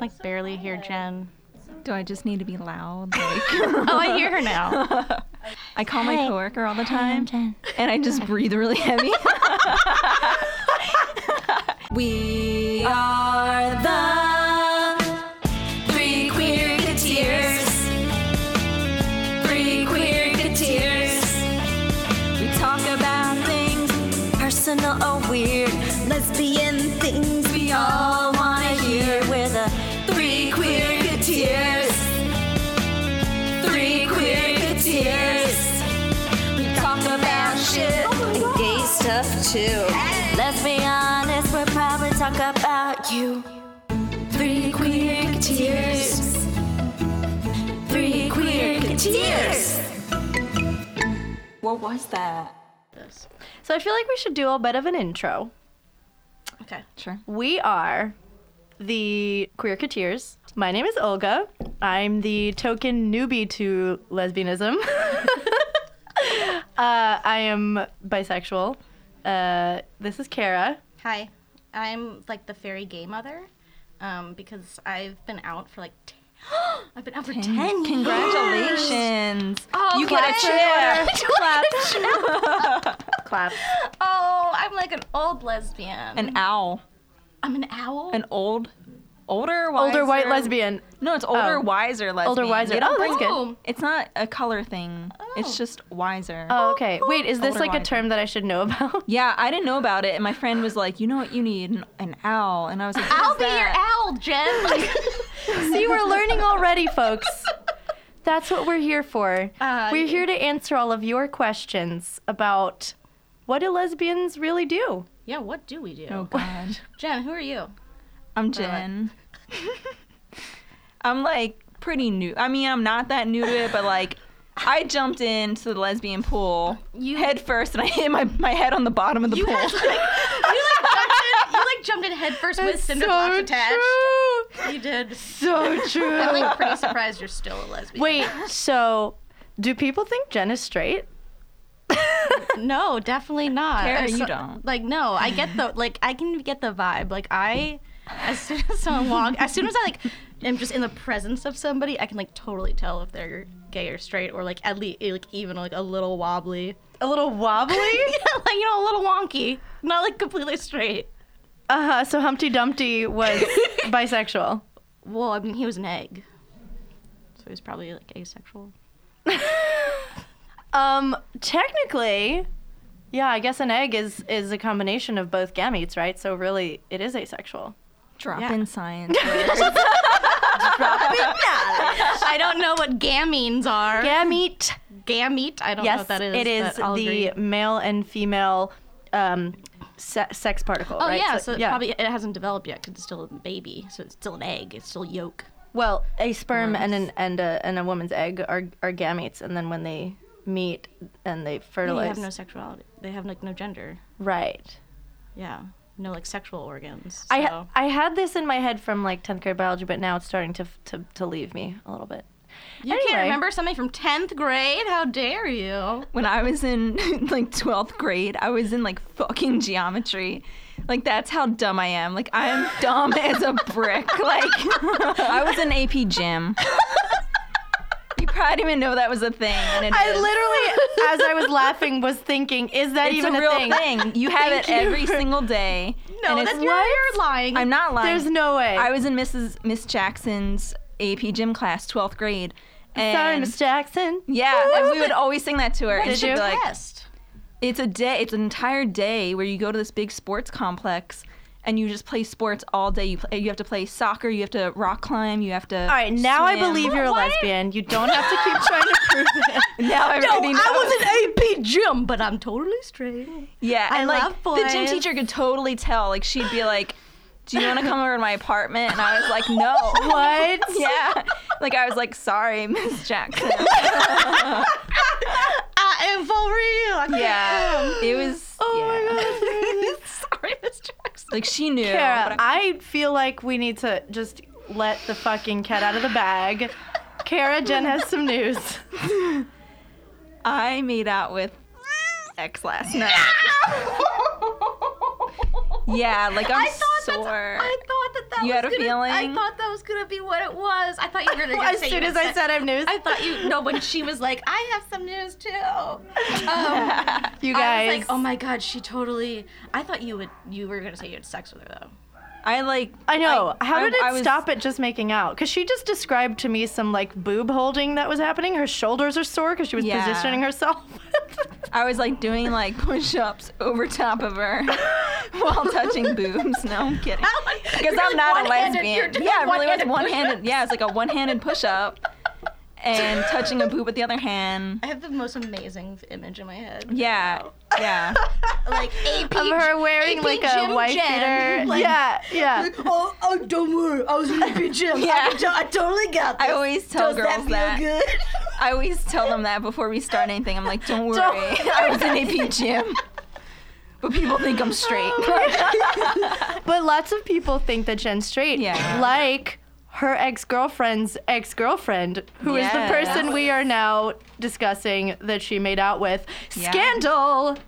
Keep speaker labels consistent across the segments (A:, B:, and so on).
A: like barely hear Jen.
B: Do I just need to be loud? Like,
A: Oh, I hear her now.
B: I call my
A: Hey.
B: coworker all the
A: Hi, I'm Jen.
B: time, and I just breathe really heavy.
C: We are the three queer tears. Three queer tears. We talk about things personal or weird, lesbian things we all want to hear. We're the three queer tears. Three queer tears. We talk about shit and gay stuff too. Let's be honest, we'll probably talk about you. Three queer tears. Three queer tears.
B: what was that?
D: So I feel like we should do a bit of an intro.
A: Okay.
B: Sure.
D: We are the Queer Kateers. My name is Olga. I'm the token newbie to lesbianism. uh, I am bisexual. Uh, this is Kara.
A: Hi. I'm like the fairy gay mother um, because I've been out for like t- I've been out for 10 years.
B: Congratulations!
A: Oh,
B: you get a chair. Clap.
D: Clap.
A: Oh, I'm like an old lesbian.
B: An owl.
A: I'm an owl.
B: An old, older, wiser.
D: Older white lesbian.
B: No, it's older,
D: Oh.
B: wiser lesbian.
D: Older wiser.
B: They don't
D: Oh, that's
B: bring-
D: good.
A: Oh,
B: It's not a color thing. It's
A: Oh.
B: just wiser.
D: Oh, okay. Wait, is this
B: Older
D: like a
B: wiser.
D: term that I should know about?
B: Yeah, I didn't know about it, and my friend was like, "You know what you need? An, an owl." And I was like, "What
A: I'll
B: is
A: be your
B: that?"
A: owl, Jen.
D: See, we're learning already, folks. That's what we're here for.
A: Uh,
D: we're here to answer all of your questions about what do lesbians really do?
A: yeah, what do we do?
B: Oh God,
A: Jen, who are you?
B: I'm Jen. I'm like pretty new. I mean, I'm not that new to it, but like, I jumped into the lesbian pool
A: You
B: head first, and I hit my, my head on the bottom of the
A: you
B: pool.
A: had, like you like jumped in, you like jumped in head first with cinder blocks attached. You did.
D: So true.
A: I'm like pretty surprised you're still a lesbian.
D: Wait, so do people think Jen is straight?
A: no, definitely not.
B: Kara,
A: I'm
B: you don't.
A: Like no, I get the like I can get the vibe. Like I, as soon as someone walk, as soon as I like am just in the presence of somebody, I can like totally tell if they're gay or straight or like at least like even like a little wobbly,
D: A little wobbly?
A: yeah, like you know a little wonky, not like completely straight.
D: Uh huh. So Humpty Dumpty was bisexual.
A: Well, I mean, he was an egg. So he was probably like asexual.
D: Um, technically, yeah, I guess an egg is is a combination of both gametes, right? So really, it is asexual.
B: Drop
A: Yeah.
B: in science.
A: I don't know what gametes are.
D: Mm. Gamete.
A: Gamete? I don't know
D: Yes,
A: what that is.
D: it is
A: but I'll
D: the
A: agree.
D: male and female um, se- sex particle.
A: Oh
D: right?
A: yeah, so, it probably it hasn't developed yet because it's still a baby, so it's still an egg, it's still yolk.
D: well, a sperm and an and a and a woman's egg are are gametes, and then when they meet and they
A: They
D: fertilize,
A: have no sexuality. They have like no gender.
D: right?
A: Yeah, no like sexual organs.
D: I ha-
A: so-
D: I had this in my head from like tenth grade biology, but now it's starting to f- to to leave me a little bit.
A: you
D: anyway.
A: can't remember something from tenth grade? How dare you?
B: when I was in like 12th grade, I was in like fucking geometry. Like that's how dumb I am. Like I'm dumb as a brick. Like I was in AP gym. You probably didn't even know that was a thing. And it
D: I
B: is.
D: literally, as I was laughing, was thinking, is that
B: it's
D: even
B: a real thing. You have it
D: Thank you
B: every
D: for-
B: single day.
A: No,
B: and it's
A: that's you're, you're lying.
B: I'm not lying.
D: There's no way.
B: I was in Mrs. Miss Jackson's AP gym class, 12th grade. And
D: Sorry, Miss Jackson.
B: Yeah, and we would always sing that to her. and
D: Did
B: she'd
D: you?
B: be like,
A: Best.
B: it's a day it's an entire day where you go to this big sports complex and you just play sports all day you play, you have to play soccer you have to rock climb you have to
D: All right, now I believe you're a
A: Why-
D: lesbian. You don't have to keep trying to prove it.
B: now everybody knows.
A: I was an AP gym, but I'm totally straight.
B: yeah and like
A: love
B: the gym
A: boys.
B: teacher could totally tell like she'd be like do you want to come over to my apartment and i was like no
D: What?
B: yeah like i was like sorry miss jackson
A: I am for real.
B: yeah it was
D: Oh,
B: yeah.
A: my god. Sorry, Miss Jackson.
B: like she knew
D: Kara,
B: but I-
D: I feel like we need to just let the fucking cat out of the bag. Kara, Jen has some news.
B: I made out with X last night. yeah, like I'm
A: I thought that's-
B: sore.
A: I thought that that
B: You
A: was
B: had a
A: gonna- I
B: feeling?
A: thought that was gonna be what it was. I thought you were gonna just
D: as
A: say
D: soon
A: you
D: as I
A: said-
D: said I'm news,
A: I thought you no. When she was like, I have some news too. Um,
D: you
A: I
D: guys.
A: was like, oh my god, she totally. I thought you would. You were gonna say you had sex with her though.
B: I like.
D: I know.
B: I-
D: How
B: I-
D: did it
B: I was-
D: stop at just making out? Because she just described to me some like boob holding that was happening. Her shoulders are sore because she was
B: Yeah.
D: positioning herself.
B: I was like doing like push-ups over top of her while touching boobs. No, I'm kidding. Because I'm not a lesbian. Yeah, it really was one-handed. Yeah, it's like a one-handed push-up and touching a boob with the other hand.
A: I have the most amazing image in my head.
B: Yeah, yeah.
A: Like AP
D: of her wearing
A: AP
D: like a
A: Gym
D: white
A: Jen,
D: beater.
A: like-
D: yeah, yeah.
A: Oh, oh, don't worry. I was in the gym.
B: Yeah.
A: to- I totally got
B: I always tell girls that.
A: good?
B: I always tell them that before we start anything. I'm like, don't worry, I was in AP gym, but people think I'm straight.
D: But lots of people think that Jen's straight.
B: Yeah.
D: Like her ex girlfriend's ex girlfriend, who is
B: Yes.
D: the person we are now discussing that she made out with.
B: Yeah.
D: Scandal!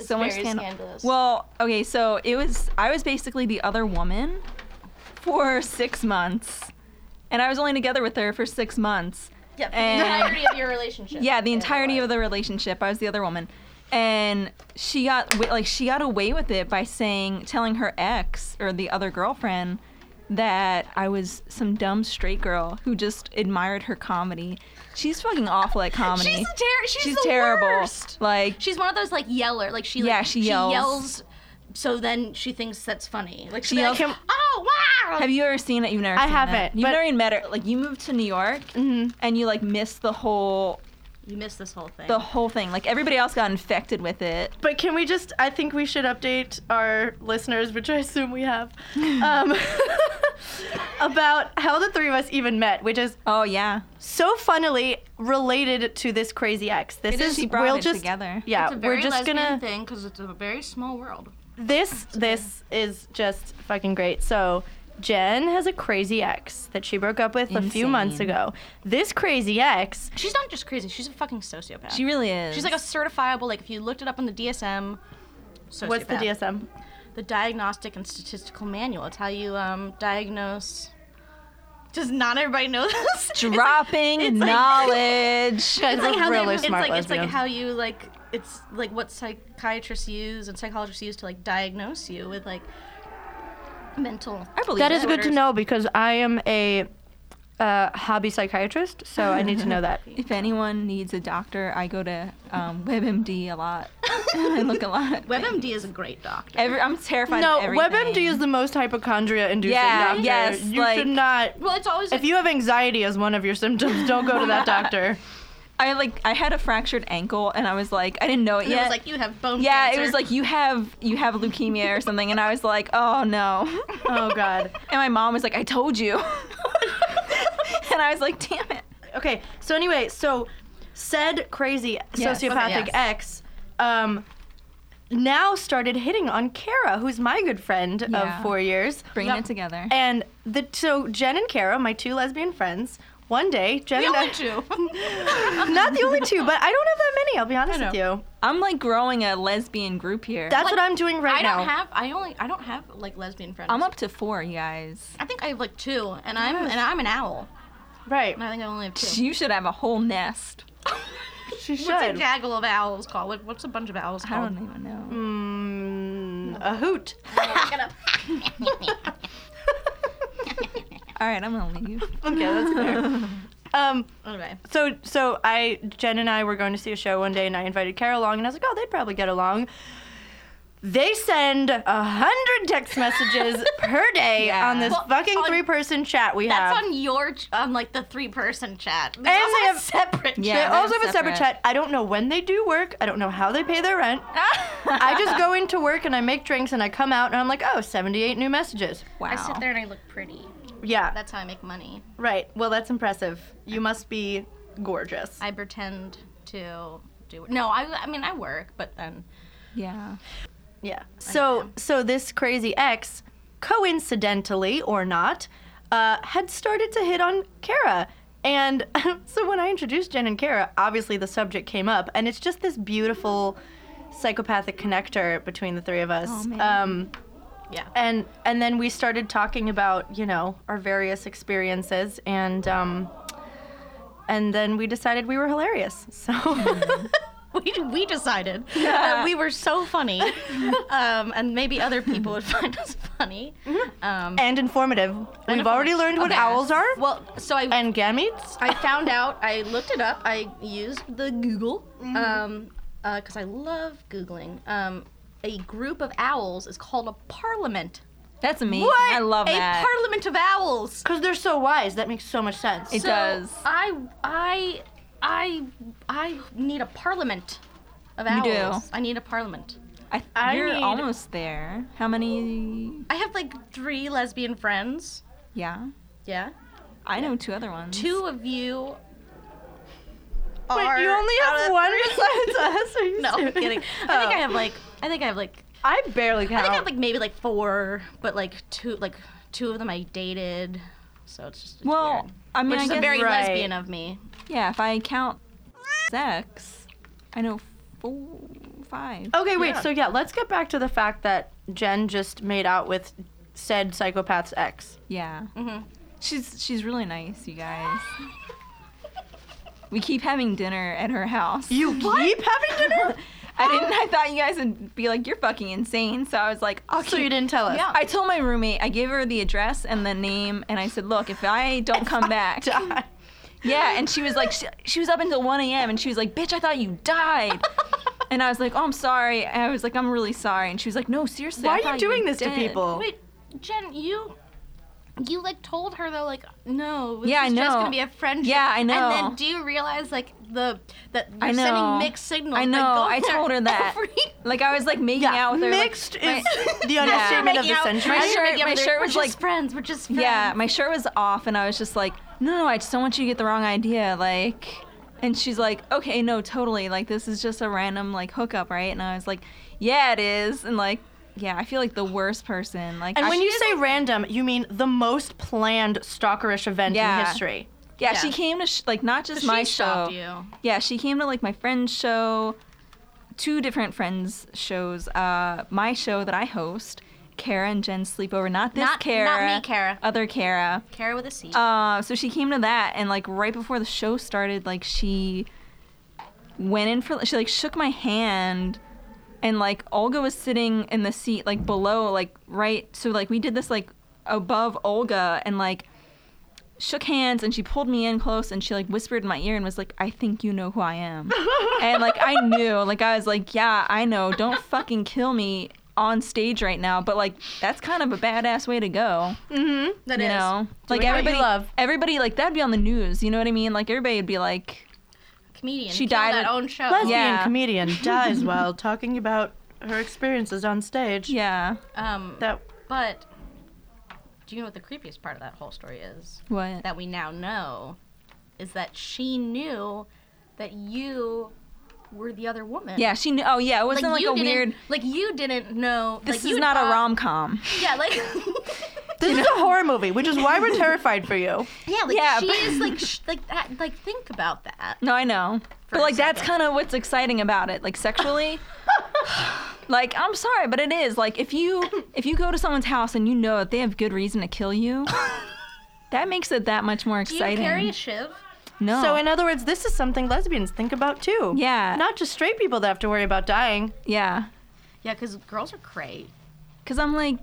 B: so much
A: very
B: scandal.
A: scandalous.
B: Well, okay, so it was I was basically the other woman for six months, and I was only together with her for six months.
A: Yeah,
B: And-
A: the entirety of your relationship.
B: Yeah, the entirety of the relationship, I was the other woman, and she got wi- like she got away with it by saying, telling her ex or the other girlfriend that I was some dumb straight girl who just admired her comedy. She's fucking awful at comedy.
A: She's a ter- she's,
B: She's
A: the
B: terrible.
A: worst.
B: Like
A: She's one of those like yeller. Like she. Like,
B: Yeah, she yells.
A: So then she thinks that's funny. Like
B: She
A: she like,
B: yells-
A: Oh wow.
B: Have you ever seen it? You've never.
D: I
B: seen It.
D: haven't,
B: You've
D: but-
B: never even met her. Like you moved to New York, and you like missed the whole
A: you missed this whole thing.
B: the whole thing. Like everybody else got infected with it.
D: But can we just? I think we should update our listeners, which I assume we have, um, about how the three of us even met, which is
B: Oh yeah,
D: so funnily related to this crazy ex. This
B: It
D: is
B: is. She brought
D: we'll
B: it
D: just
B: together.
D: yeah,
A: it's a very
D: we're just
A: lesbian
D: gonna
A: thing because it's a very small world.
D: this this is just fucking great. So Jen has a crazy ex that she broke up with a few months
B: Insane.
D: ago. This crazy ex,
A: She's not just crazy. She's a fucking sociopath.
B: she really is.
A: She's like a certifiable. Like if you looked it up on the DSM. Sociopath.
D: what's the DSM?
A: the Diagnostic and Statistical Manual. It's how you um, diagnose. Does not everybody know this? It's like-
B: dropping
A: it's like-
B: knowledge.
D: Guys,
A: it's like
D: we're
A: how they-
D: really
A: it's
D: smart
A: like it's like
D: lesbians.
A: how you like it's like what psychiatrists use and psychologists use to like diagnose you with like mental.
B: I believe
D: That
B: it.
D: is good to know because I am a uh, hobby psychiatrist, so I need to know that.
B: If anyone needs a doctor, I go to um, WebMD a lot. I look a lot.
A: WebMD is a great doctor.
B: Every, I'm terrified.
D: No,
B: of everything.
D: WebMD is the most hypochondria inducing
B: Yeah,
D: doctor.
B: yes,
D: You
B: like-
D: should not.
A: Well, it's always
D: If you have anxiety as one of your symptoms, don't go to that doctor.
B: I like. I had a fractured ankle, and I was like, I didn't know it
A: it
B: yet.
A: was like you have bone.
B: Yeah,
A: cancer.
B: it was like you have you have leukemia or something, and I was like, oh no.
D: Oh, God.
B: And my mom was like, I told you. and I was like, damn it.
D: Okay, so anyway, so said crazy
B: Yes.
D: sociopathic
A: Okay, yes.
D: ex um, now started hitting on Kara, who's my good friend
B: Yeah.
D: of four years.
B: Bringing
A: Yep.
B: it together.
D: And the so Jen and Kara, my two lesbian friends, one day Jen
A: We
D: and
A: only
D: I-
A: two.
D: not the only two, but I don't have that many. I'll be honest
A: I
D: with
A: know.
D: you.
B: I'm like growing a lesbian group here.
D: That's
A: Like,
D: what I'm doing right
A: I
D: now.
A: don't have. I only. I don't have like lesbian friends.
B: I'm up to four, you guys.
A: I think I have like two, and I'm and I'm an owl,
D: right,
A: and I think I only have two.
B: You should have a whole nest.
D: she
A: What's a
D: should.
A: gaggle of owls called? What, what's a bunch of owls
B: I
A: called?
B: don't even know.
D: Mm, a hoot.
B: All right, I'm gonna leave.
D: Okay, that's fair. um,
A: okay.
D: so so I Jen and I were going to see a show one day, and I invited Kara along, and I was like, oh, they'd probably get along. They send a hundred text messages per day
B: Yeah.
D: on this
A: Well,
D: fucking
A: on-
D: three-person chat we have.
A: That's on your ch- on like the three person chat. They
D: And
A: also
D: they
A: have
D: have-
A: separate
B: Yeah.
D: they
A: chat.
D: also
B: they're
D: have a separate
B: separate.
D: chat. I don't know when they do work. I don't know how they pay their rent. I just go into work and I make drinks and I come out and I'm like, oh, 78 new messages.
B: Wow.
A: I sit there and I look pretty.
D: Yeah,
A: That's how I make money.
D: right. Well, that's impressive. You must be gorgeous.
A: I pretend to do. No, I I mean I work, but then
B: Yeah.
D: Yeah. So so this crazy ex, coincidentally or not, uh, had started to hit on Kara. And so when I introduced Jen and Kara, obviously the subject came up, and it's just this beautiful psychopathic connector between the three of us.
B: man.
D: Um,
A: Oh, Yeah.
D: and and then we started talking about you know our various experiences and um and then we decided we were hilarious so
A: Hmm. we, we decided that we were so funny, um, and maybe other people would find us funny. Um,
D: Mm-hmm. and informative we've already
A: informative.
D: learned what
A: Okay.
D: owls are
A: well, so I
D: and gametes
A: I found out. I looked it up. I used the Google
D: Mm-hmm.
A: because I love googling. Um, a group of owls is called a parliament.
B: That's amazing. I love
A: a
B: that.
A: parliament of owls.
D: because they're so wise that makes so much sense
B: it does.
A: I I I I need a parliament of owls.
B: do.
A: I need a parliament.
B: I,
D: I
B: you're
D: need-
B: almost there. How many?
A: I have like three lesbian friends.
B: Yeah.
A: Yeah.
B: I know two other ones.
A: Two of you
D: Wait,
A: are
D: you only
A: out
D: have
A: of
D: one
A: three.
D: besides us are you
A: No, I'm
D: serious?
A: kidding. I think I
D: Oh.
A: have like I think I have like
D: I barely
A: I
D: count
A: think I have like maybe like four, but like two like two of them I dated. So it's just it's
B: Well,
A: weird.
B: I mean,
A: which
B: I
A: is a
B: guess
A: very
D: right.
A: lesbian of me.
B: yeah. If I count sex, I know four, five.
D: Okay, wait.
A: Yeah.
D: So yeah, let's get back to the fact that Jen just made out with said psychopath's ex.
B: Yeah.
D: Mm-hmm.
B: She's she's really nice, you guys. we keep having dinner at her house.
D: You keep having dinner,
B: I didn't. I thought you guys would be like, "You're fucking insane." So I was like, "I'll
D: so
B: keep-
D: you didn't tell us.
A: Yeah.
B: I told my roommate. I gave her the address and the name, and I said, "Look, if I don't come back,
D: Die.
B: yeah." And she was like, she, she was up until 1 a.m. and she was like, "Bitch, I thought you died." and I was like, "Oh, I'm sorry." And I was like, "I'm really sorry." And she was like, "No, seriously." I
D: Why are
B: thought
D: you doing
B: were
D: this to
B: dead."
D: people?
A: Wait, Jen, you you like told her though, like no, this
B: Yeah, I
A: is just
B: know.
A: gonna be a friendship.
B: Yeah, I know.
A: And then do you realize like the that you're
B: I know.
A: sending mixed signals?
B: I
A: by
B: know.
A: going
B: I
A: there
B: told her that.
A: every-
B: Like I was like making out with her. like-
D: Mixed is
B: my-
D: the understatement of
A: making
D: the
A: out-
D: century.
B: My
A: You're
B: shirt-
A: making out
B: my
A: with her,
B: shirt
A: we're
B: was,
A: just
B: like-
A: friends. We're just friends.
B: Yeah, my shirt was off, and I was just like, no, no, I just don't want you to get the wrong idea. Like, and she's like, okay, no, totally. Like, this is just a random, like, hookup, right? And I was like, yeah, it is. And, like, yeah, I feel like the worst person. Like,
D: And
B: I-
D: when
B: she
D: you
B: just-
D: say random, you mean the most planned stalkerish event
B: Yeah.
D: in history.
B: yeah,
A: yeah.
B: she came to, sh- like, not just
A: She
B: my show.
A: stalked you.
B: Yeah, she came to, like, my friend's show, two different friends' shows, uh, my show that I host. Kara and Jen sleepover, not this
A: Not- not
B: Kara.
A: me, Kara.
B: Other Kara.
A: Kara with a C.
B: Uh, so she came to that, and like right before the show started, like she went in for she like shook my hand, and like Olga was sitting in the seat like below, like right. So like we did this like above Olga, and like shook hands, and she pulled me in close, and she like whispered in my ear and was like, "I think you know who I am," and like I knew, like I was like, "Yeah, I know. Don't fucking kill me." On stage right now, but like that's kind of a badass way to go
A: That
B: you
A: is.
B: know like
D: what you
B: everybody
D: love.
B: everybody like that'd be on the news you know what i mean like everybody would be like
A: comedian.
B: She
A: She died
B: died
A: at
B: at-
A: own show.
D: Lesbian
B: Yeah.
D: comedian dies while talking about her experiences on stage.
B: yeah
A: Um,
D: That
A: but do you know what the creepiest part of that whole story is?
B: what
A: that we now know is that she knew that you were the other woman.
B: yeah she knew oh yeah it wasn't like,
A: you
B: a
A: didn't-
B: weird
A: Like you didn't know.
B: this
A: like,
B: is
A: you
B: not a
A: thought-
B: rom-com
A: Yeah, like.
D: this is a horror movie, which is why we're terrified for you.
A: yeah, like
B: Yeah,
A: she
B: but-
A: is like sh- like that, like think about that.
B: no i know
A: a
B: but like that's
A: second.
B: kind of what's exciting about it like sexually like i'm sorry but it is like if you if you go to someone's house and you know that they have good reason to kill you that makes it that much more
A: Do
B: exciting
A: you carry a shiv?
B: no
D: So, in other words, this is something lesbians think about too.
B: Oh. yeah
D: Not just straight people that have to worry about dying.
B: yeah
A: Yeah, because girls are cray.
B: Because I'm like,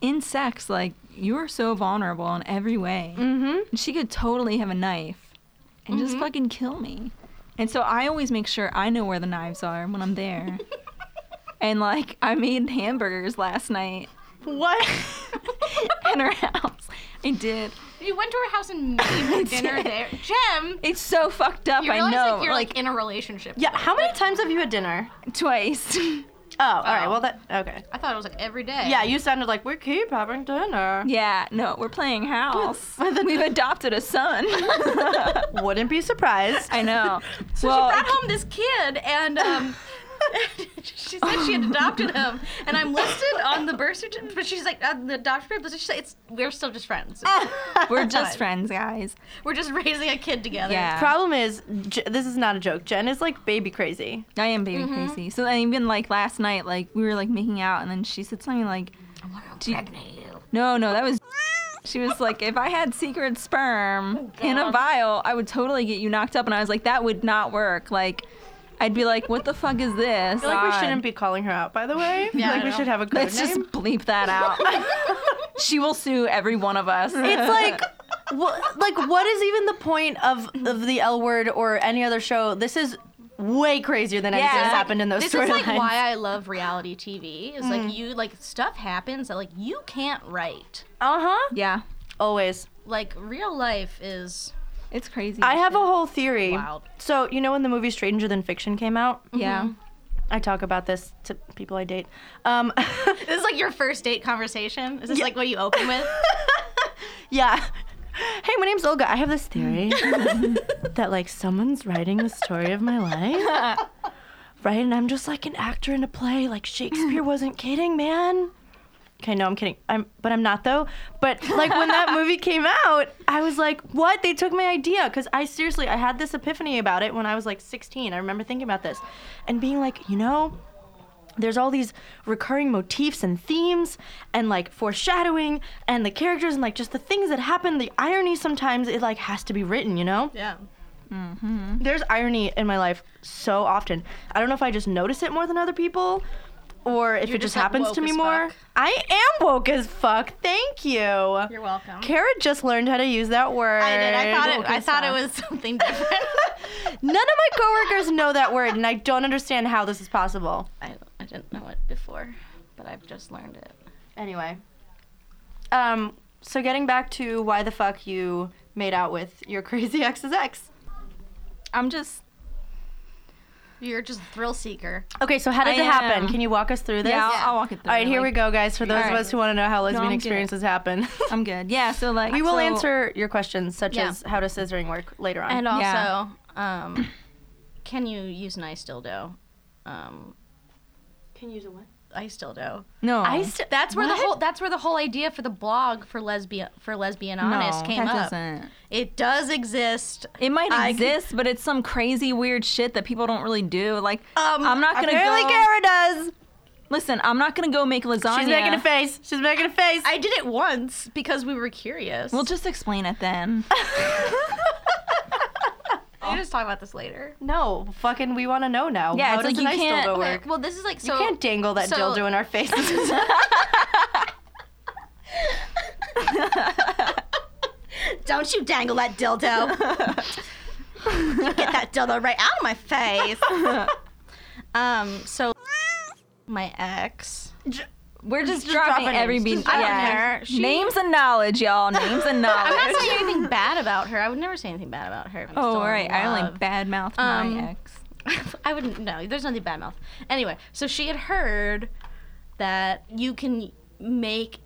B: in sex, like, you're so vulnerable in every way.
D: Mm-hmm.
B: And she could totally have a knife and
A: Mm-hmm.
B: just fucking kill me. And so I always make sure I know where the knives are when I'm there. and like, I made hamburgers last night
D: What?
B: in her house. I did.
A: You went to her house and made dinner there. Gem,
B: It's so fucked up,
A: you
B: I
A: realize
B: know.
A: like you're like, in a relationship.
D: yeah. How many times have you had dinner?
B: twice.
D: Oh, all right. Well, that okay.
B: Oh.
A: I thought it was like every day.
D: Yeah, you sounded like we keep having dinner.
B: yeah, no, we're playing house.
D: With- with a-
B: We've adopted a son.
D: Wouldn't be surprised.
B: I know.
A: So she brought home this kid, and um, she said she had adopted him. And I'm listed on the birth certificate, but she's like, uh, the adoption papers. She said, it's we're still just friends.
B: we're just friends, guys.
A: We're just raising a kid together.
B: Yeah.
D: Problem is, J- this is not a joke. Jen is like baby crazy. Mm-hmm.
B: I am baby crazy. So then even like last night, like we were like making out, and then she said something like, Do you- no, no, that was. She was like, if I had secret sperm
D: Oh,
B: in a vial, I would totally get you knocked up. And I was like, that would not work. Like, I'd be like, what the fuck is this?
D: I feel like we
B: God.
D: shouldn't be calling her out, by the way.
A: Yeah, I
D: like we
A: know.
D: should have a code
B: Let's
D: name.
B: just bleep that out. she will sue every one of us.
D: It's like, what, like what is even the point of of the L word or any other show? This is way crazier than anything that's happened in those
A: This is like
D: storylines.
A: why I love reality TV. Is like you like stuff happens that like you can't write.
D: Uh huh.
B: yeah,
D: Always.
A: Like real life is
B: it's crazy.
D: I have a whole theory.
A: wild.
D: So you know when the movie Stranger Than Fiction came out,
B: yeah.
D: I talk about this to people I date. Um,
A: This is like your first date conversation. Is this like what you open with?
D: yeah. Hey, my name's Olga. I have this theory that like someone's writing the story of my life. Right? And I'm just like an actor in a play. Like Shakespeare wasn't kidding, man. Okay, no, I'm kidding. I'm but I'm not though. But like when that movie came out, I was like, "What? They took my idea." Cuz I seriously, I had this epiphany about it when I was like 16. I remember thinking about this and being like, "You know, there's all these recurring motifs and themes and like foreshadowing and the characters and like just the things that happen the irony sometimes it like has to be written you know
A: Yeah.
D: there's irony in my life so often i don't know if i just notice it more than other people or if
A: You're
D: it just,
A: just, like,
D: happens to
A: woke
D: me
A: as
D: more
A: fuck.
D: i am woke as fuck thank you
A: You're welcome.
D: Kara just learned how to use that word.
A: I did. I thought it.
D: Woke
A: I
D: as
A: thought
D: fuck.
A: it was something different.
D: None of my coworkers know that word, and I don't understand how this is possible.
A: I, I didn't know it before, but I've just learned it.
D: Anyway. Um, so getting back to why the fuck you made out with your crazy ex's ex.
B: I'm
D: Mm-hmm.
B: just.
A: You're just a thrill seeker.
D: Okay, so how did
B: I
D: it happen?
B: am.
D: Can you walk us through this?
B: Yeah, I'll, I'll walk it through.
D: All right, here we go, guys. For those
B: All
D: of
B: right.
D: us who want to know how lesbian
B: I'm good.
D: experiences happen,
B: I'm good. Yeah. So like,
D: we will
B: so-
D: answer your questions, such
A: Yeah.
D: as how does scissoring work, later on.
A: And also,
B: Yeah.
A: um, can you use an ice dildo? Um,
D: can you use a what?
A: ice dildo.
B: No.
D: I st-
A: That's where
D: What?
A: the whole. That's where the whole idea for the blog for lesbian for lesbian
B: no,
A: honest came
B: that
A: up.
B: doesn't.
A: It does exist.
B: It might
A: I could-
B: exist, but it's some crazy weird shit that people don't really do. Like,
A: Um,
B: I'm not gonna
D: Apparently,
B: go.
D: Kara does.
B: Listen, I'm not gonna go make lasagna.
D: She's making a face. She's making a face.
A: I did it once because we were curious.
B: We'll just explain it then.
A: We'll just talk about this later.
D: no, fucking, we want to know now.
B: Yeah,
D: how
B: it's
D: does
B: like
D: an
B: you
D: ice
B: can't-
D: dildo
B: okay,
A: Okay,
D: work?
A: well, this is like so.
D: you can't dangle that
A: so-
D: dildo in our faces.
A: Don't you dangle that dildo. Get that dildo right out of my face. um, so my ex.
B: We're just,
D: dropping
B: dropping, every
D: names.
B: beat.
A: I don't care. She-
B: Names and knowledge, y'all. Names and knowledge.
A: I'm not saying anything bad about her. I would never say anything bad about her. I'm
B: oh,
A: still in
B: right. I
A: love.
B: only badmouthed
A: Um,
B: my ex.
A: I wouldn't. No, there's nothing bad mouth. Anyway, so she had heard that you can make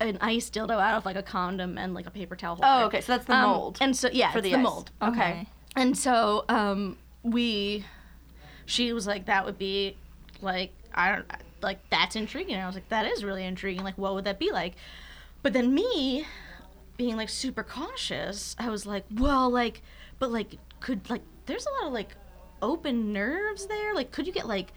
A: an ice dildo out of like a condom and like a paper towel holder.
D: oh, okay, so that's the
A: Um,
D: mold.
A: And so yeah,
D: For
A: it's
D: the
A: the
D: ice.
A: mold.
D: okay.
A: And so um, we, she was like, that would be like, I don't, like, that's intriguing. And I was like, that is really intriguing. Like, what would that be like? But then me, being like super cautious, I was like, well, like, but like, could, like, there's a lot of like open nerves there. Like, could you get like,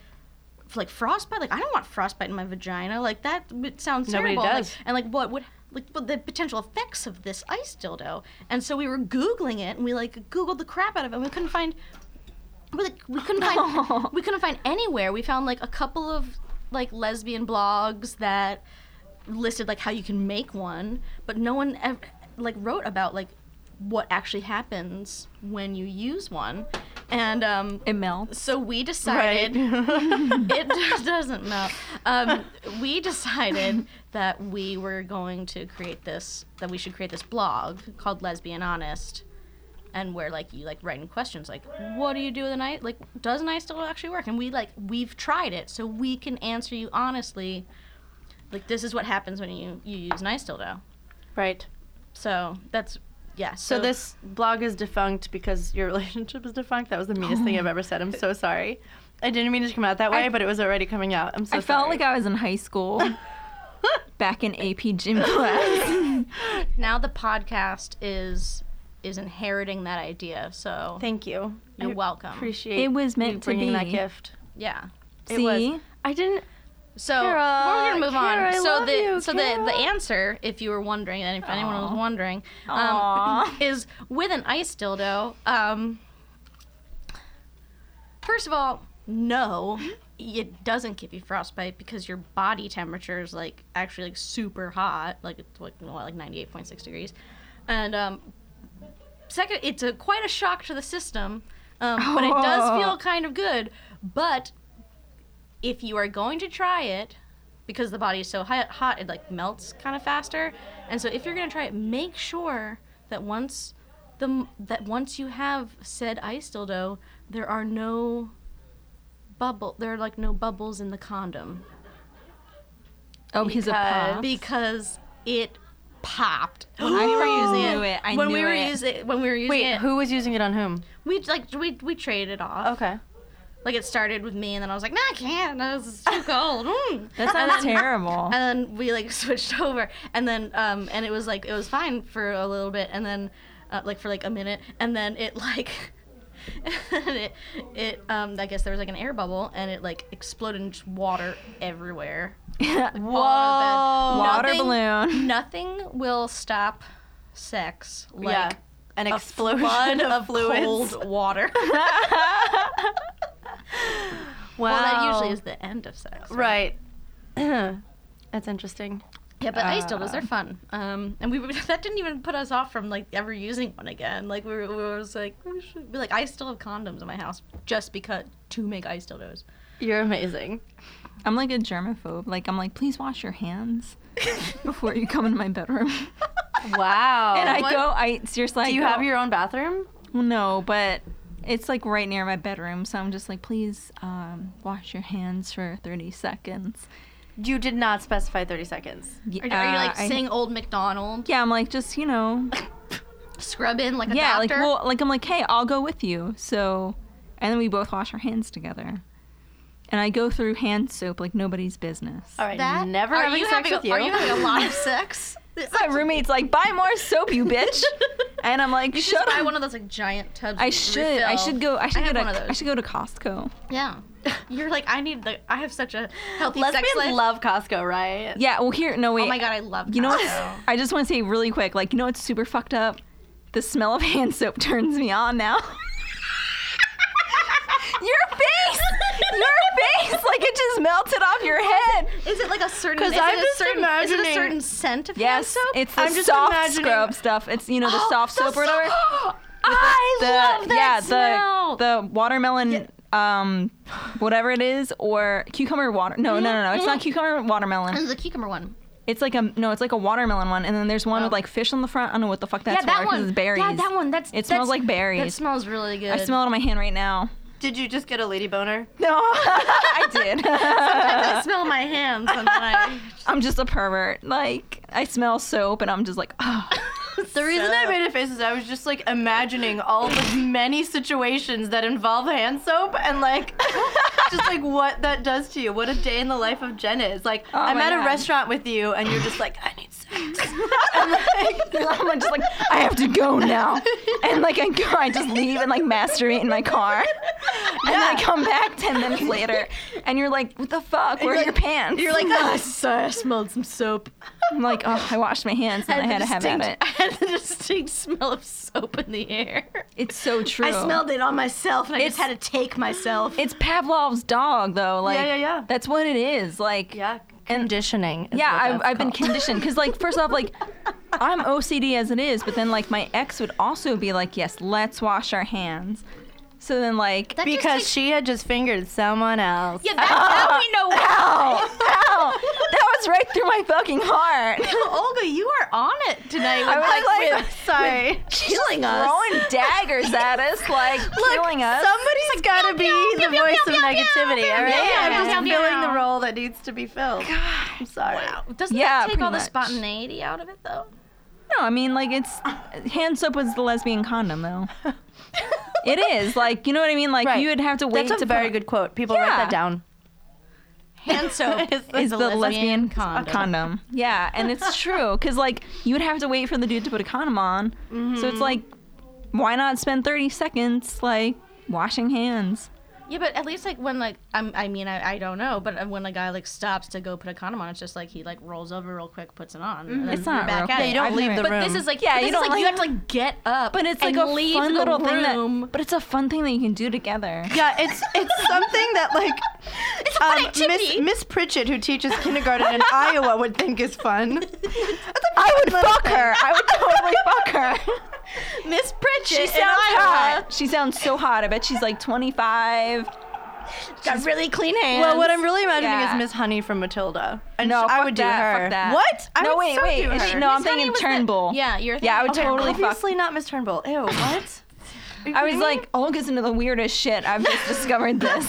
A: f- like frostbite? Like, I don't want frostbite in my vagina. Like, that would- sounds
D: Nobody
A: terrible. Like,
D: does.
A: and like what would like but the potential effects of this ice dildo and so we were googling it and we like googled the crap out of it and we couldn't find we, like, we couldn't find we couldn't find anywhere we found like a couple of like lesbian blogs that listed like how you can make one but no one ever like wrote about like what actually happens when you use one and um
B: It melts.
A: so we decided it just doesn't melt. Um, we decided that we were going to create this that we should create this blog called Lesbian Honest, and where like you like write in questions like, what do you do with an ice? Like, does an ice still actually work? And we like we've tried it, so we can answer you honestly. Like this is what happens when you you use an ice dildo.
D: Right.
A: So that's yeah.
D: So this blog is defunct because your relationship is defunct. That was the meanest thing I've ever said. I'm so sorry. I didn't mean it to come out that way, but it was already coming out. I'm so
B: I felt
D: sorry.
B: like I was in high school. back in AP gym class.
A: now the podcast is is inheriting that idea. So
D: Thank you.
A: you're
D: I
A: welcome.
D: Appreciate
B: It was
D: you
B: meant to
D: bringing
B: be.
D: that gift.
A: yeah.
D: It was.
B: See?
D: I didn't.
A: So
D: Kara,
A: we're gonna move
D: Kara,
A: on.
D: I
A: so
D: love
A: the
D: you,
A: so the,
D: Kara.
A: the answer, if you were wondering, and if anyone was wondering, um,
B: Aw.
A: is with an ice dildo. Um, first of all, no, it doesn't give you frostbite because your body temperature is like actually like super hot, like it's like what, like ninety eight point six degrees, and um, second, it's a quite a shock to the system, um, but it does feel kind of good. But if you are going to try it, because the body is so hi- hot, it like melts kind of faster. And so if you're going to try it, make sure that once the m- that once you have said ice dildo, there are no bubble. There are like no bubbles in the condom Uh,
B: Oh, he's a puff.
A: because it popped when
B: I knew it. I
A: when
B: knew
A: we were
B: it.
A: using when we were using
D: Wait,
A: it,
D: who was using it on whom?
A: we like we we traded it off.
D: Okay.
A: Like it started with me, and then I was like, "No, I can't. No, This is too cold." Mm.
B: that sounds terrible.
A: and then we like switched over and then um and it was like it was fine for a little bit and then uh, like for like a minute and then it like and it it um i guess there was like an air bubble and it like exploded in just water everywhere
D: Whoa.
A: All over the-
B: Water
A: nothing-
B: balloon.
A: nothing will stop sex like
D: yeah. An explosion
A: flood
D: of,
A: of
D: fluids.
A: cold water
D: Wow.
A: well that usually is the end of sex
D: right. That's interesting.
A: Yeah, but ice dildos
B: Uh.
A: are fun. Um, and we were- that didn't even put us off from like ever using one again. Like we were, we were just like we should be like I still have condoms in my house just because to make ice dildos.
D: You're amazing.
B: I'm like a germaphobe. Like I'm like, please wash your hands before you come into my bedroom.
D: Wow.
B: and I go, I seriously. I
D: Do you
B: go-
D: have your own bathroom?
B: Well, no, but it's like right near my bedroom, so I'm just like, please um, wash your hands for 30 seconds.
D: You did not specify 30 seconds.
B: Yeah,
A: Are, you- are you like
B: uh, I-
A: sing old McDonald,
B: Yeah, I'm like just you know.
A: scrub in like a
B: Yeah, like
A: doctor?
B: well, like I'm like, hey, I'll go with you. So, and then we both wash our hands together. And I go through hand soap like nobody's business.
D: All right.
A: that
D: Never
A: are
D: having
A: you
D: sex
A: having,
D: with you.
A: Are you having a lot of sex?
B: My roommate's like, buy more soap, you bitch. and I'm like,
A: You should
B: shut
A: buy
B: up.
A: one of those like giant tubs.
B: I
A: you
B: should. I
A: refill.
B: should go. I should
A: have
B: get
A: one of
B: a.
A: those.
B: I should go to Costco.
A: Yeah, you're like I need the. I have such a healthy
D: Lesbians
A: sex life.
D: love Costco, right?
B: Yeah. Well, here. No
A: oh
B: wait.
A: my god, I love.
B: You know
A: that.
B: what's I just want to say really quick, like, you know what's super fucked up? The smell of hand soap turns me on now. your face! Your face! Like, it just melted off your head.
A: Is it like a certain?
D: 'Cause
A: is it
D: I'm
A: a
D: just
A: certain, Is it
D: imagining-
A: a certain scent of hand
B: Yes,
A: soap?
B: it's the
D: I'm just
B: soft
D: imagining-
B: scrub stuff. It's, you know, the soft soap or whatever.
A: Oh, I
B: The,
A: love
B: yeah,
A: that smell.
B: the the watermelon, um, whatever it is, or cucumber water. No, no, no, no.
A: Mm-hmm.
B: It's not cucumber watermelon.
A: the cucumber one.
B: It's like a no. It's like a watermelon one, and then there's one with like fish on the front. I don't know what the fuck that's
A: yeah, that
B: for, 'cause
A: one.
B: It's berries.
A: Yeah, that one. That's
B: It
A: that's-
B: smells like berries.
A: That smells really good.
B: I smell it on my hand right now.
D: Did you just get a lady boner?
B: No, I did.
A: I smell my hands. And then I,
B: I'm just a pervert. Like I smell soap, and I'm just like, oh.
D: The reason I made a face is I was just like imagining all the many situations that involve hand soap and like just like what that does to you. What a day in the life of Jen is. Like
B: Oh
D: I'm
B: my
D: at a
B: God.
D: restaurant with you and you're just like, I need sex. and like
B: I'm just like, I have to go now. And like I go, I just leave and like masturbate in my car, and then I come back ten minutes later, and you're like, what the fuck? Where are your pants?
D: you're like, oh, sorry, I smelled some soap.
B: I'm like, oh, I washed my hands, and I had to have at it.
A: I had the distinct smell of soap in the air.
B: It's so true.
A: I smelled it on myself, and I
B: It's-
A: just had to take myself.
B: It's Pavlov's dog, though. Like,
D: yeah, yeah.
B: That's what it is. Like,
D: Yeah. Conditioning. is
B: Yeah,
D: what
B: I've,
D: that's
B: I've been
D: called.
B: conditioned because, like, first off, like, I'm OCD as it is, but then, like, my ex would also be like, yes, let's wash our hands. So then, like,
A: That just
D: because
A: takes-
D: she had just fingered someone else.
A: yeah, that, that we know.
B: ow, ow, that was right through my fucking heart.
A: Olga, you are on it tonight.
B: I was like,
D: Sorry.
A: killing
B: throwing daggers at us, like, killing us.
D: Somebody's got to be the voice of negativity, all right?
A: pew,
D: I'm
A: pew,
D: just
A: pew,
D: filling
A: pew.
D: the role that needs to be filled. I'm sorry.
A: Doesn't
B: Yeah,
A: that take
B: pretty
A: all the
B: much.
A: spontaneity out of it though?
B: No, I mean, like, it's hand soap was the lesbian condom, though. It is like you know what I mean. Like
D: Right.
B: you would have to wait
D: That's
B: to
D: a very
B: put-
D: good quote. People write
B: Yeah.
D: that down.
A: Hand soap is,
B: is the, lesbian,
A: condom.
B: condom. Yeah, and it's true because like you would have to wait for the dude to put a condom on. So it's like, why not spend 30 seconds like washing hands?
A: Yeah, but at least like when like I'm, I mean I, I don't know, but uh, when a guy like stops to go put a condom on, it's just like he like rolls over real quick, puts it on. and then
B: Mm. It's not
A: you're back
B: real
A: at
B: quick.
A: it.
B: You don't
A: I've
B: leave
A: never-
B: the
A: But this
D: room.
A: is like
B: Yeah,
A: yeah,
B: you
A: you
B: don't
A: like,
B: like-
A: you have to like get up.
B: But it's like
A: and
B: a
A: leave
B: fun
A: the
B: little thing.
A: room.
B: That, but it's a fun thing that you can do together.
D: Yeah, it's it's something that like
A: it's
D: um,
A: funny to
D: Miss
A: me.
D: Miss Pritchett, who teaches kindergarten in Iowa, would think is fun.
B: I would fuck her. I would totally fuck her.
A: Miss Pritchett.
B: She
A: in
B: sounds hot. She sounds so hot. I bet she's like 25.
A: Iowa. Got really clean hands.
D: Well, what I'm really imagining
B: Yeah.
D: is Miss Honey from Matilda. And
B: No,
D: sh- I
B: fuck
D: would
B: that,
D: do
B: fuck
D: her.
B: that.
D: What? I
B: No,
D: would
B: wait,
D: so
B: wait,
D: do
B: is she-
D: her.
B: no, I'm
A: Miss Honey
B: thinking
A: was the-
B: Turnbull.
A: yeah, you're.
B: Yeah, I would
A: thinking-
B: totally fuck.
D: Obviously not Miss Turnbull. Ew, what?
B: I
A: Mm-hmm.
B: was like, all gets into the weirdest shit. I've just discovered this.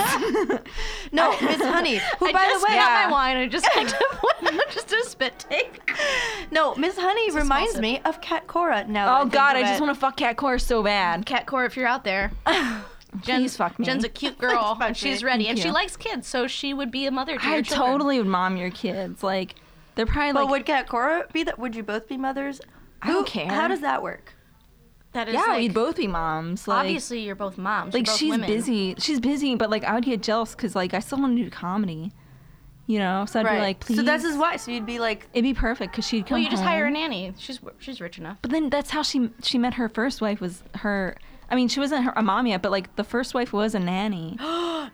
D: no, Miss Honey. Who,
A: I
D: by
A: just
D: the way,
A: got
B: yeah.
A: my wine. I just had to just do a spit take.
D: no, Miss Honey
A: a small
D: reminds
A: sip.
D: me of Kat Cora. Now,
B: oh God, I just want to fuck Cat Core so bad.
A: Cat Core, if you're out there, Jen's,
B: Please fuck me.
A: Jen's a cute girl, and she's
D: me.
A: ready, and she
B: you.
A: likes kids, so she would be a mother to
B: I
A: your children.
B: totally would mom your kids. Like, they're probably
D: But
B: like,
D: would Kat Cora be that? Would you both be mothers?
B: I don't
D: Who-
B: care.
D: How does that work?
A: That is
B: yeah,
A: like,
B: we'd both be moms. Like,
A: obviously you're both moms.
B: like
A: you're both
B: she's
A: women.
B: busy. She's busy, but like I would get jealous because like I still want to do comedy. You know, so I'd be like, please.
D: so this is why. So you'd be like,
B: It'd be perfect because she'd come.
A: Well, you just
B: home.
A: hire a nanny. She's she's rich enough.
B: But then that's how she she met her first wife was her. I mean, she wasn't her, a mom yet, but like the first wife was a nanny,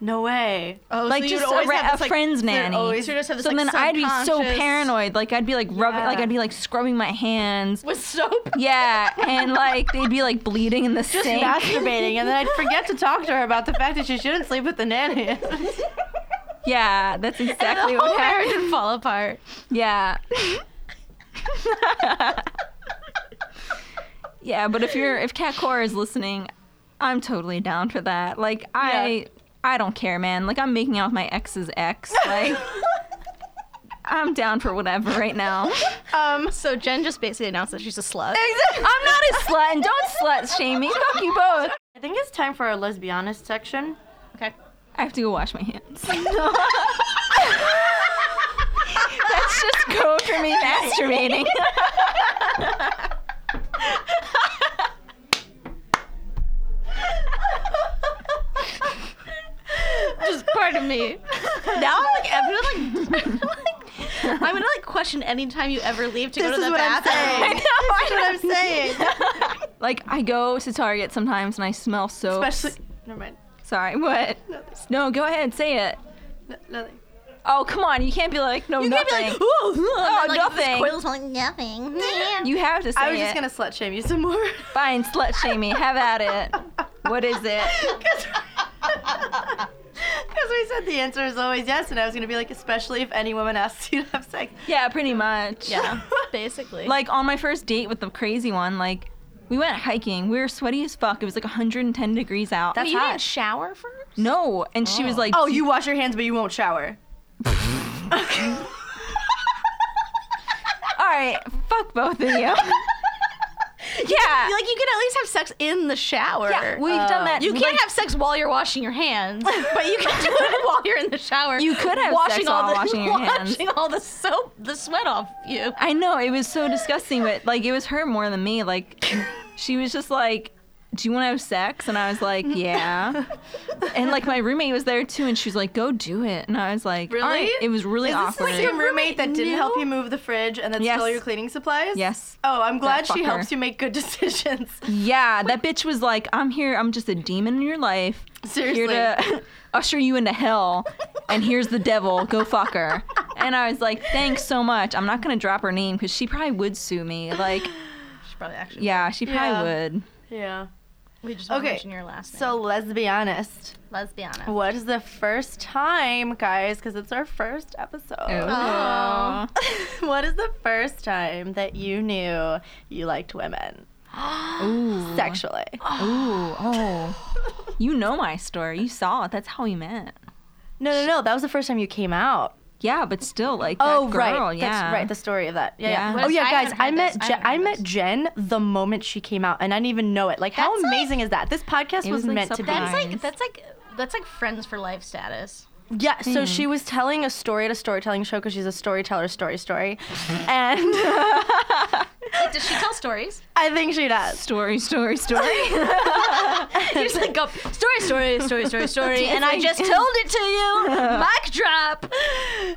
D: no way.
A: Oh,
B: like just a, ra- a friend's nanny.
D: always-
A: so you just have this,
B: so
A: like,
B: then I'd be so
A: subconscious-
B: paranoid, like I'd be like rubbing,
D: Yeah.
B: like I'd be like scrubbing my hands,
A: with soap.
B: yeah, and like they'd be like bleeding in the sink.
D: masturbating, and then I'd forget to talk to her about the fact that she shouldn't sleep with the nanny. Oh
B: yeah, that's exactly
A: the whole
B: what
A: marriage
B: happened.
A: would fall apart.
B: Yeah. yeah, but if you're if Cat Cora is listening, I'm totally down for that. Like I I don't care, man. Like I'm making out with my ex's ex. Like I'm down for whatever right now.
A: Um, so Jen just basically announced that she's a slut.
B: I'm not a slut and don't slut shame me. Fuck you both.
D: I think it's time for our lesbianist section.
A: Okay.
B: I have to go wash my hands. That's just code for me masturbating.
A: Just pardon me. Now I'm like, I'm gonna like, I'm gonna like question any time you ever leave to go
D: This
A: to
D: is
A: the
D: what I'm
A: bathroom.
D: saying.
B: I know, I
D: That's what I'm saying.
B: Like I go to Target sometimes and I smell soap.
D: Especially. Never mind.
B: Sorry, what?
D: Nothing.
B: No, go ahead, say it.
D: No, nothing.
B: Oh, come on, you can't be like no
A: You can't
B: nothing.
A: be like, "Ooh, ooh," and
B: Oh,
A: then, like,
B: nothing.
A: This coil smelling nothing.
B: you have to say
D: I was just
B: it.
D: gonna slut shame you some more.
B: Fine, slut shame me. Have at it. What is it?
D: Because we said the answer is always yes, and I was gonna be like, especially if any woman asks you to have sex.
B: Yeah, pretty much.
A: yeah, basically.
B: Like on my first date with the crazy one, like we went hiking. We were sweaty as fuck. It was like 110 degrees out.
A: Wait, you didn't shower first.
B: no, and she was like,
D: Oh, you wash your hands, but you won't shower.
B: all right, fuck both of you." yeah.
A: Like you can at least have sex in the shower.
B: yeah, we've done that.
A: You
B: We,
A: can't
B: like,
A: have sex while you're washing your hands, but you can do it while you're in the shower.
B: You could have sex
A: all
B: while
A: the,
B: washing your hands.
A: washing all the soap, the sweat off you.
B: I know it was so disgusting, but like it was her more than me. Like she was just like, "Do you want to have sex?" And I was like, "Yeah." and like my roommate was there too, and she was like, "Go do it." And I was like, "All
D: Really?
B: right." It was really
D: Is this
B: awkward.
D: like your roommate that didn't
A: knew?
D: help you move the fridge and that's
B: Yes.
D: still your cleaning supplies?
B: yes.
D: Oh, I'm glad
B: That
D: she
B: fucker.
D: helps you make good decisions.
B: Yeah, that bitch was like, "I'm here. I'm just a demon in your life.
D: Seriously.
B: Here to usher you into hell. And here's the devil. Go fuck her." And I was like, "Thanks so much. I'm not gonna drop her name because she probably would sue me. Like,
A: Should probably actually.
B: yeah, she probably
D: Yeah.
B: would."
D: Yeah.
A: We just
D: Okay,
A: mentioned your last name.
D: So let's be honest.
A: let's be honest.
D: What is the first time, guys? Because it's our first episode.
A: Oh.
D: what is the first time that you knew you liked women
B: Ooh.
D: sexually?
B: Ooh, oh. You know my story. You saw it. That's how we met.
D: No, no, no. That was the first time you came out.
B: Yeah, but still, like, that
D: Oh,
B: girl,
D: right.
B: yeah.
D: That's right. The story of that. Yeah.
B: Yeah.
D: yeah.
B: What
D: Oh,
A: is-
D: yeah,
A: I
D: guys.
A: haven't
D: I
A: heard
D: met
A: this. I
D: Je-
A: haven't
D: I
A: heard
D: met
A: this.
D: Jen the moment she came out, and I didn't even know it. Like, how
A: That's
D: amazing is that? This podcast
B: It
D: was,
B: was, like,
D: meant to be.
B: something-
A: That's like
B: Nice.
A: that's like that's like friends for life status.
D: Yeah, so she was telling a story at a storytelling show because she's a storyteller, story, story. and
A: Like, does she tell stories?
D: I think she does.
B: Story, story, story.
A: You just like go story, story, story, story, story, and I just told it to you. Mic drop.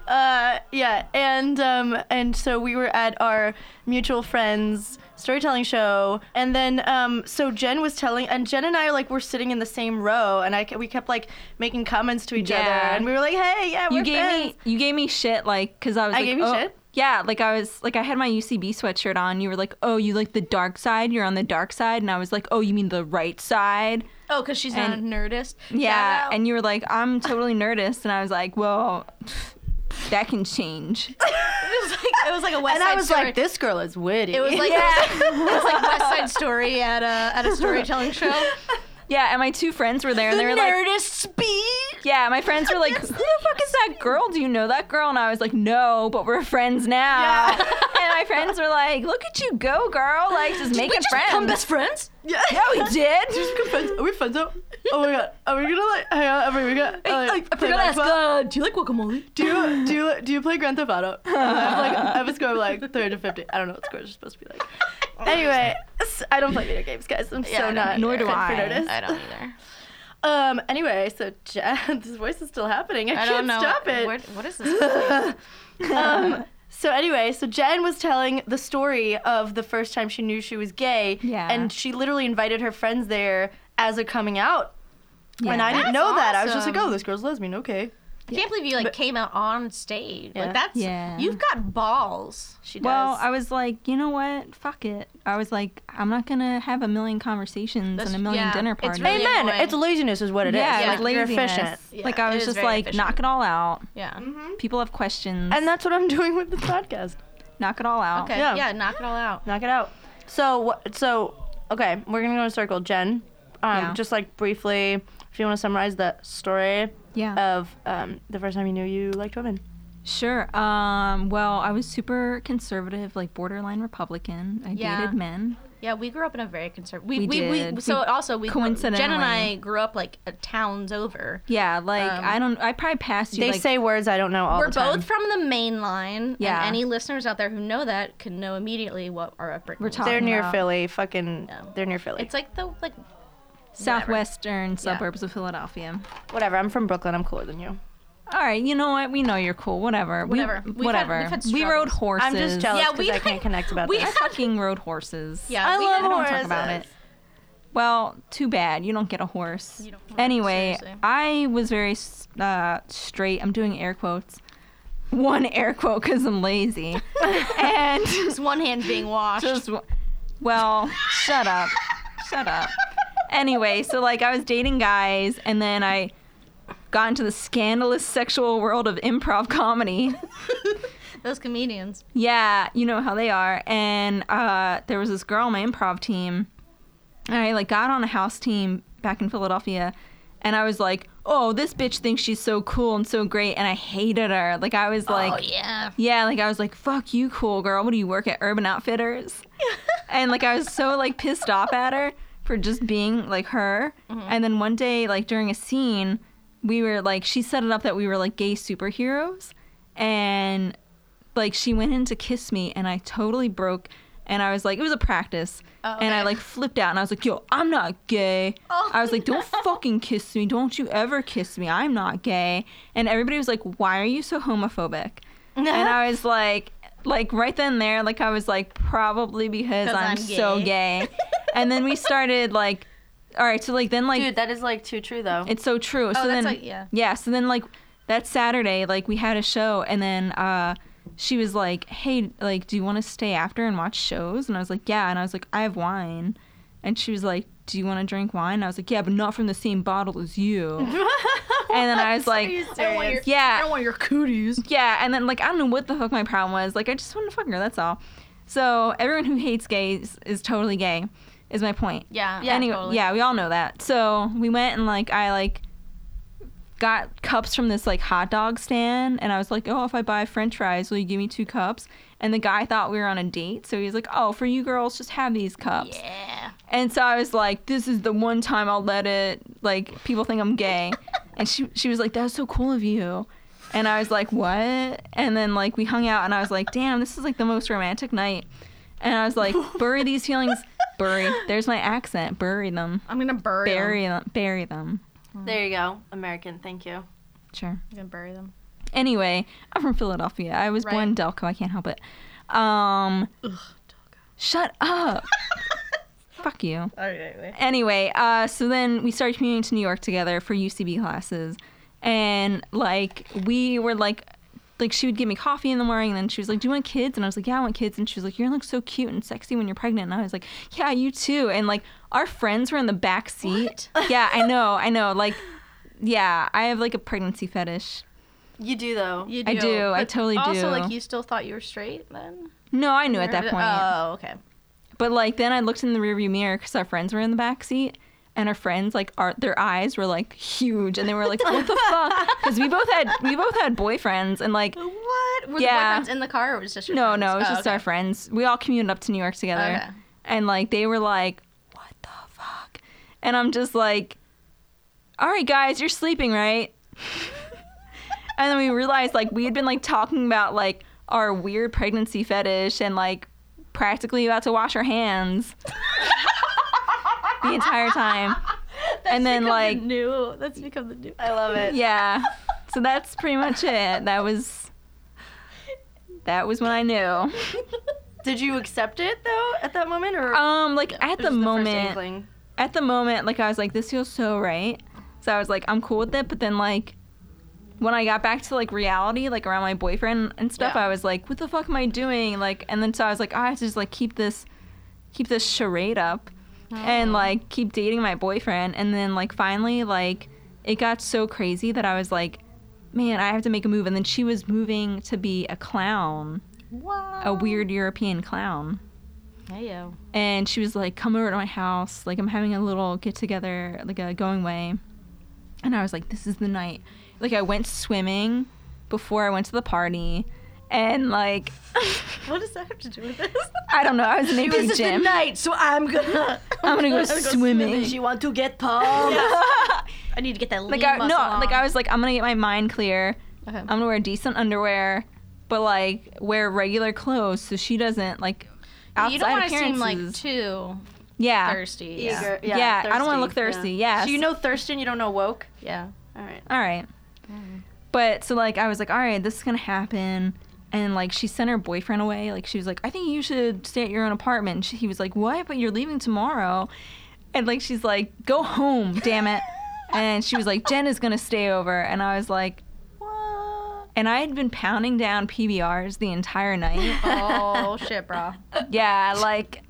D: Uh, yeah, and um, and so we were at our mutual friends storytelling show, and then um, so Jen was telling, and Jen and I like were sitting in the same row, and I ke- we kept like making comments to each other,
B: Yeah.
D: and we were like, hey, yeah, we're
B: you gave
D: friends.
B: me you gave me shit like because I was
D: I
B: like,
D: gave you
B: oh-
D: shit?
B: Yeah, like I was like I had my UCB sweatshirt on. You were like, "Oh, you like the dark side? You're on the dark side." And I was like, "Oh, you mean the right side?"
A: Oh, because she's not
B: And-
A: a nerdist.
B: Yeah, and you were like, "I'm totally nerdist." And I was like, "Well, that can change."
A: it was like it was like a West
D: and
A: Side
D: I was
A: Story.
D: like, this girl is witty.
A: it was like it, was like, it was like West Side Story at a at a storytelling show.
B: Yeah, and my two friends were there and they were like,
A: Nerdist speed.
B: Yeah, my friends were like, "Who the fuck is that girl? Do you know that girl?" And I was like, "No, but we're friends now." and my friends were like, "Look at you go, girl! Like just making friends."
A: Become best friends.
D: yeah.
B: yeah, we did.
D: Just become friends. Are we friends now? Oh my god, are we gonna like hang out every weekend? Like,
A: I
D: uh, play
A: forgot to ask.
D: basketball?
A: Uh, do you like guacamole?
D: Do you do you, do you play Grand Theft Auto? Uh, I have like I have a score of like 30 to 50. I don't know what scores are supposed to be like. Anyway, s- I don't play video games, guys. I'm
A: I
D: so
A: don't
D: not.
B: Nor do
D: fit for
B: I.
D: nerdist.
A: I don't either.
D: Um. Anyway, so Jen, this voice is still happening. I,
A: I
D: can't
A: don't know.
D: stop it.
A: What, what is this?
D: um, so anyway, so Jen was telling the story of the first time she knew she was gay,
B: Yeah.
D: and she literally invited her friends there as a coming out. And I
A: That's
D: didn't know that. I was just like,
A: awesome.
D: oh, this girl's lesbian. Okay.
A: I can't believe you like came out on stage.
D: Yeah.
A: Like that's
B: Yeah.
A: you've got balls. She does.
B: Well, I was like, you know what? Fuck it. I was like, I'm not gonna have a million conversations
A: That's-
B: and a million
A: yeah,
B: dinner
A: it's
B: parties.
A: really-
D: Amen.
A: annoying.
D: It's laziness, is what it is.
B: yeah,
A: yeah,
B: like
D: Like, you're
B: laziness.
D: efficient.
B: like
A: Yeah,
B: I
A: it
B: was
A: is
B: just
A: very
B: like,
A: efficient.
B: knock it all out.
A: yeah.
B: People have questions.
D: And that's what I'm doing with this podcast.
B: knock it all out.
A: Okay.
D: Yeah.
A: Yeah. Knock it all out.
D: Knock it out. So what? So okay, we're gonna go in a circle. Jen, um,
B: Yeah.
D: just like briefly, if you want to summarize the story
B: Yeah.
D: of um, the first time you knew you liked women.
B: Sure. Um, well, I was super conservative, like borderline Republican. I
A: Yeah.
B: dated men.
A: Yeah, we grew up in a very conservative. We
B: We
A: we, we,
B: did.
A: so
B: We-
A: also we grew- Jen and I
B: coincidentally.
A: grew up like uh, towns over.
B: Yeah, like
A: Um,
B: I don't. I probably passed you.
D: They
B: like,
D: say words I don't know all
A: We're
D: the time.
A: both from the main line.
B: Yeah.
A: And any listeners out there who know that can know immediately what our upbringing.
B: We're
A: was.
B: talking
D: They're near
B: about
D: Philly. Fucking.
A: No.
D: They're near Philly.
A: It's like the like
B: southwestern suburbs of Philadelphia.
D: Whatever. I'm from Brooklyn. I'm cooler than you.
B: All right, you know what? We know you're cool. Whatever. We-
A: Whatever. We've had-
B: whatever.
A: we've had
B: we rode
A: struggles.
B: horses.
D: I'm just jealous
A: Yeah,
D: because
A: we
D: I can't connect about
A: we-
D: this.
B: I fucking rode horses.
A: yeah.
D: I
A: we
D: love
A: had-
B: don't talk about
D: horses.
B: Well, too bad you don't get a horse.
A: You don't-
B: anyway,
A: seriously.
B: I was very s- uh, straight. I'm doing air quotes. One air quote because I'm lazy. and
A: Just one hand being washed.
B: just well shut up shut up anyway so like i was dating guys and then i got into the scandalous sexual world of improv comedy
A: Those comedians.
B: yeah you know how they are and uh, there was this girl on my improv team and i like got on a house team back in philadelphia and i was like oh this bitch thinks she's so cool and so great and i hated her like i was like
A: oh yeah.
B: yeah, like I was like, fuck you, cool girl. What do you work at Urban Outfitters? and like I was so like pissed off at her for just being like her.
A: Mm-hmm.
B: And then one day, like during a scene, we were like, she set it up that we were like gay superheroes. And like she went in to kiss me and I totally broke. And I was like, it was a practice. And I
A: okay.
B: like flipped out and I was like, yo, I'm not gay.
A: Oh,
B: I was like, don't fucking kiss me. Don't you ever kiss me. I'm not gay. And everybody was like, why are you so homophobic? and I was like, like right then and there, like I was like, probably because
A: 'Cause
B: I'm,
A: I'm
B: so gay. and then we started like, all right, so like then like
D: Dude, that is like too true though.
B: it's so true. so
A: Oh, that's
B: then
A: like- yeah.
B: So then like that Saturday, like we had a show, and then uh, she was like, hey, like, do you want to stay after and watch shows? And I was like, yeah. And I was like, I have wine. And she was like, do you want to drink wine? And I was like, yeah, but not from the same bottle as you. and then I was like,
A: I don't want your
B: yeah.
A: I don't want your cooties.
B: yeah, and then like I don't know what the fuck my problem was. Like I just wanted to fuck her. That's all. So everyone who hates gays is totally gay. Is my point.
A: Yeah.
B: anyway,
A: totally.
B: yeah, we all know that. So we went and like I like got cups from this like hot dog stand, and I was like, oh, if I buy French fries, will you give me two cups? And the guy thought we were on a date, so he was like, oh, for you girls, just have these cups.
A: Yeah.
B: And so I was like, this is the one time I'll let it, like, people think I'm gay. and she, she was like, that was so cool of you. And I was like, what? And then, like, we hung out and I was like, damn, this is like the most romantic night. And I was like, bury these feelings. Bury. There's my accent. Bury them.
A: I'm gonna bury,
B: Bury them. Bury them.
A: Mm.
D: There you go. American, thank you.
B: Sure.
A: them. I'm gonna bury them.
B: Anyway, I'm from Philadelphia. I was born in Delco. I can't help it. Um, shut up. Fuck you.
A: All right, anyway.
B: Anyway, uh, so then we started commuting to New York together for UCB classes, and like we were like, like she would give me coffee in the morning, and then she was like, "Do you want kids?" And I was like, "Yeah, I want kids." And she was like, "You're like so cute and sexy when you're pregnant." And I was like, "Yeah, you too." And like our friends were in the back seat. Yeah, I know, I know. Like, yeah, I have like a pregnancy fetish.
D: You do though.
A: You
B: I do, I
A: but
B: totally
A: Also,
B: do.
A: like you still thought you were straight then?
B: No, I knew at that point.
A: Oh, okay.
B: But like then I looked in the rearview mirror because our friends were in the back seat, and our friends like our their eyes were like huge, and they were like, "What the fuck?" Because we both had we both had boyfriends, and like
A: What? Were
B: Yeah.
A: the boyfriends in the car or was it just your
B: no
A: friends?
B: no, it was
A: Oh,
B: just
A: okay.
B: our friends. We all commuted up to New York together,
A: Okay.
B: and like they were like, "What the fuck?" And I'm just like, "All right, guys, you're sleeping, right?" and then we realized like we had been like talking about like our weird pregnancy fetish and like practically about to wash our hands the entire time and
A: Become
B: then
A: the
B: like
A: new. That's become the new.
D: I love it.
B: yeah so that's pretty much it that was that was when i knew
D: Did you accept it though at that moment or
B: um like at
D: it was
B: the
D: just
B: moment
D: first inkling?
B: at the moment, like I was like, this feels so right. So I was like, I'm cool with it. But then like when I got back to like reality, like around my boyfriend and stuff,
A: Yeah.
B: I was like, what the fuck am I doing? Like, and then so I was like, I have to just like keep this, keep this charade up, and like keep dating my boyfriend. And then like finally, like it got so crazy that I was like. Man, I have to make a move. And then she was moving to be a clown,
A: What?
B: a weird European clown
A: Hey yo.
B: and she was like, "Come over to my house. Like I'm having a little get together, like a going away." And I was like, "This is the night." Like I went swimming before I went to the party, and like
A: What does that have to do with this?
B: I don't know, I was in a gym.
D: night, so I'm gonna
B: I'm gonna go swimming.
D: She want to get pumped.
A: I need to get that. Lean
B: Like I,
A: muscle
B: no,
A: on.
B: like I was like, I'm gonna get my mind clear.
A: Okay.
B: I'm gonna wear decent underwear, but like wear regular clothes so she doesn't like outside
A: you don't want to seem
B: appearances.
A: like too
B: yeah.
A: thirsty. Yeah.
D: Eager.
B: Yeah, I don't want to look thirsty. Yeah.
D: So you know thirsty and you don't know woke?
A: Yeah.
D: All right.
B: all right. But so like I was like, all right, this is gonna happen. And like she sent her boyfriend away. Like she was like, I think you should stay at your own apartment. And she, he was like, what? But you're leaving tomorrow. And like she's like, go home, damn it. and she was like, Jen is gonna stay over. And I was like, what? And I had been pounding down PBRs the entire night.
A: Oh shit, bro.
B: yeah, like,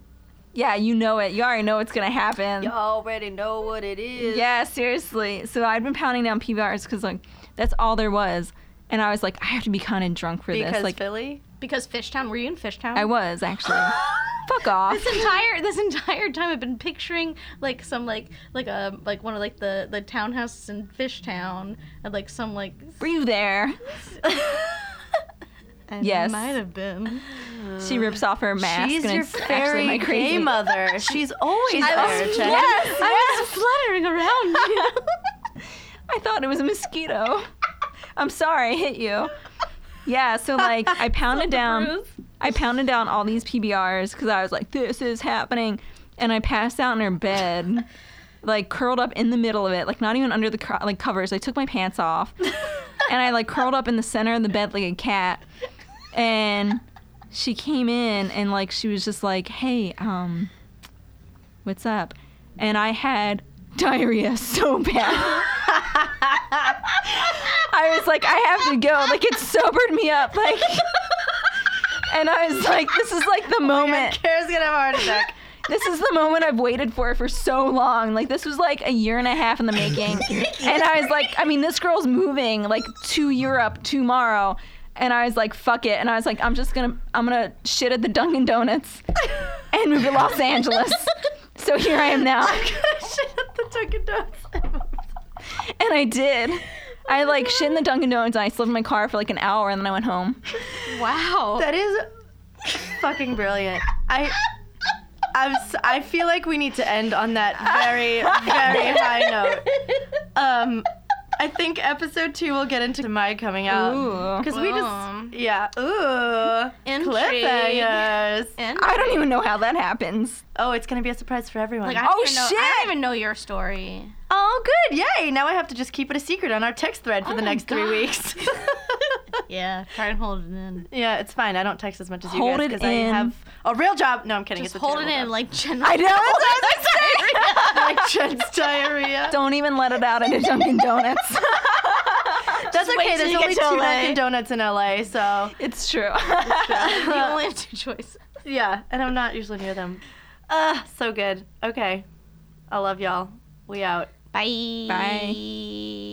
B: yeah, you know it. You already know what's gonna happen.
D: You already know what it is.
B: Yeah, seriously. So I'd been pounding down PBRs because like that's all there was, and I was like, I have to be kind of drunk for
D: Because
B: this. Like
D: Philly?
A: Because Fishtown. Were you in Fishtown?
B: I was actually. Fuck off.
A: this entire this entire time I've been picturing like some like like a like one of like the the townhouses in Fishtown and like some like
B: Were you there?
A: and
B: Yes.
A: it might have been
B: She rips off her mask.
D: She's
B: and
D: your
B: it's actually
D: fairy
B: my crazy.
D: gay mother. She's always there.
B: Oh,
D: Jen.
B: yes,
A: I was fluttering around you.
B: I thought it was a mosquito. I'm sorry, I hit you. Yeah, so like I pounded down,
A: bruise.
B: I pounded down all these PBRs because I was like, this is happening, and I passed out in her bed, like curled up in the middle of it, like not even under the cr- like covers. I took my pants off, and I like curled up in the center of the bed like a cat, and she came in and like she was just like, hey, um, what's up? And I had diarrhea so bad. I was like, I have to go. Like it sobered me up. Like, and I was like, this is like the moment.
D: Oh Kara's gonna have a heart attack.
B: This is the moment I've waited for for so long. Like this was like a year and a half in the making. and I was like, I mean, this girl's moving like to Europe tomorrow. And I was like, fuck it. And I was like, I'm just gonna, I'm gonna shit at the Dunkin' Donuts and move to Los Angeles. So here I am now.
D: Shit, the Dunkin' Donuts.
B: And I did.
D: Oh
B: I like shit in the Dunkin' Donuts and I slept in my car for like an hour and then I went home.
A: Wow.
D: That is fucking brilliant. I I'm s- I feel like we need to end on that very very high note. Um I think episode 2 will get into my coming out
B: Ooh.
D: cuz we
A: Wow.
D: just Yeah. Ooh. Cliffhangers.
A: And
B: I don't even know how that happens.
D: Oh, it's gonna be a surprise for everyone.
A: like, I don't
B: Oh,
A: even know, I
B: shit.
A: don't even know your story.
D: oh, good. Yay. Now I have to just keep it a secret on our text thread for the
A: Oh my
D: next
A: God.
D: three weeks.
A: Yeah, try and hold it in.
D: yeah, it's fine. I don't text as much as you
B: Hold
D: guys
B: it
D: I
B: in.
D: have a real job. No, I'm kidding.
A: Just
D: it's a
A: hold it
D: terrible
A: in, like Jen.
B: I know.
D: job. like Jen's diarrhea.
B: Don't even let it out into Dunkin' Donuts.
D: That's okay.
A: wait till
D: There's
A: you
D: only
A: get to
D: two
A: LA.
D: Dunkin' Donuts in LA, so
B: it's true.
A: you only have two choices.
D: yeah. And I'm not usually near them. Uh, so good. Okay. I love y'all. We out.
A: Bye. Bye.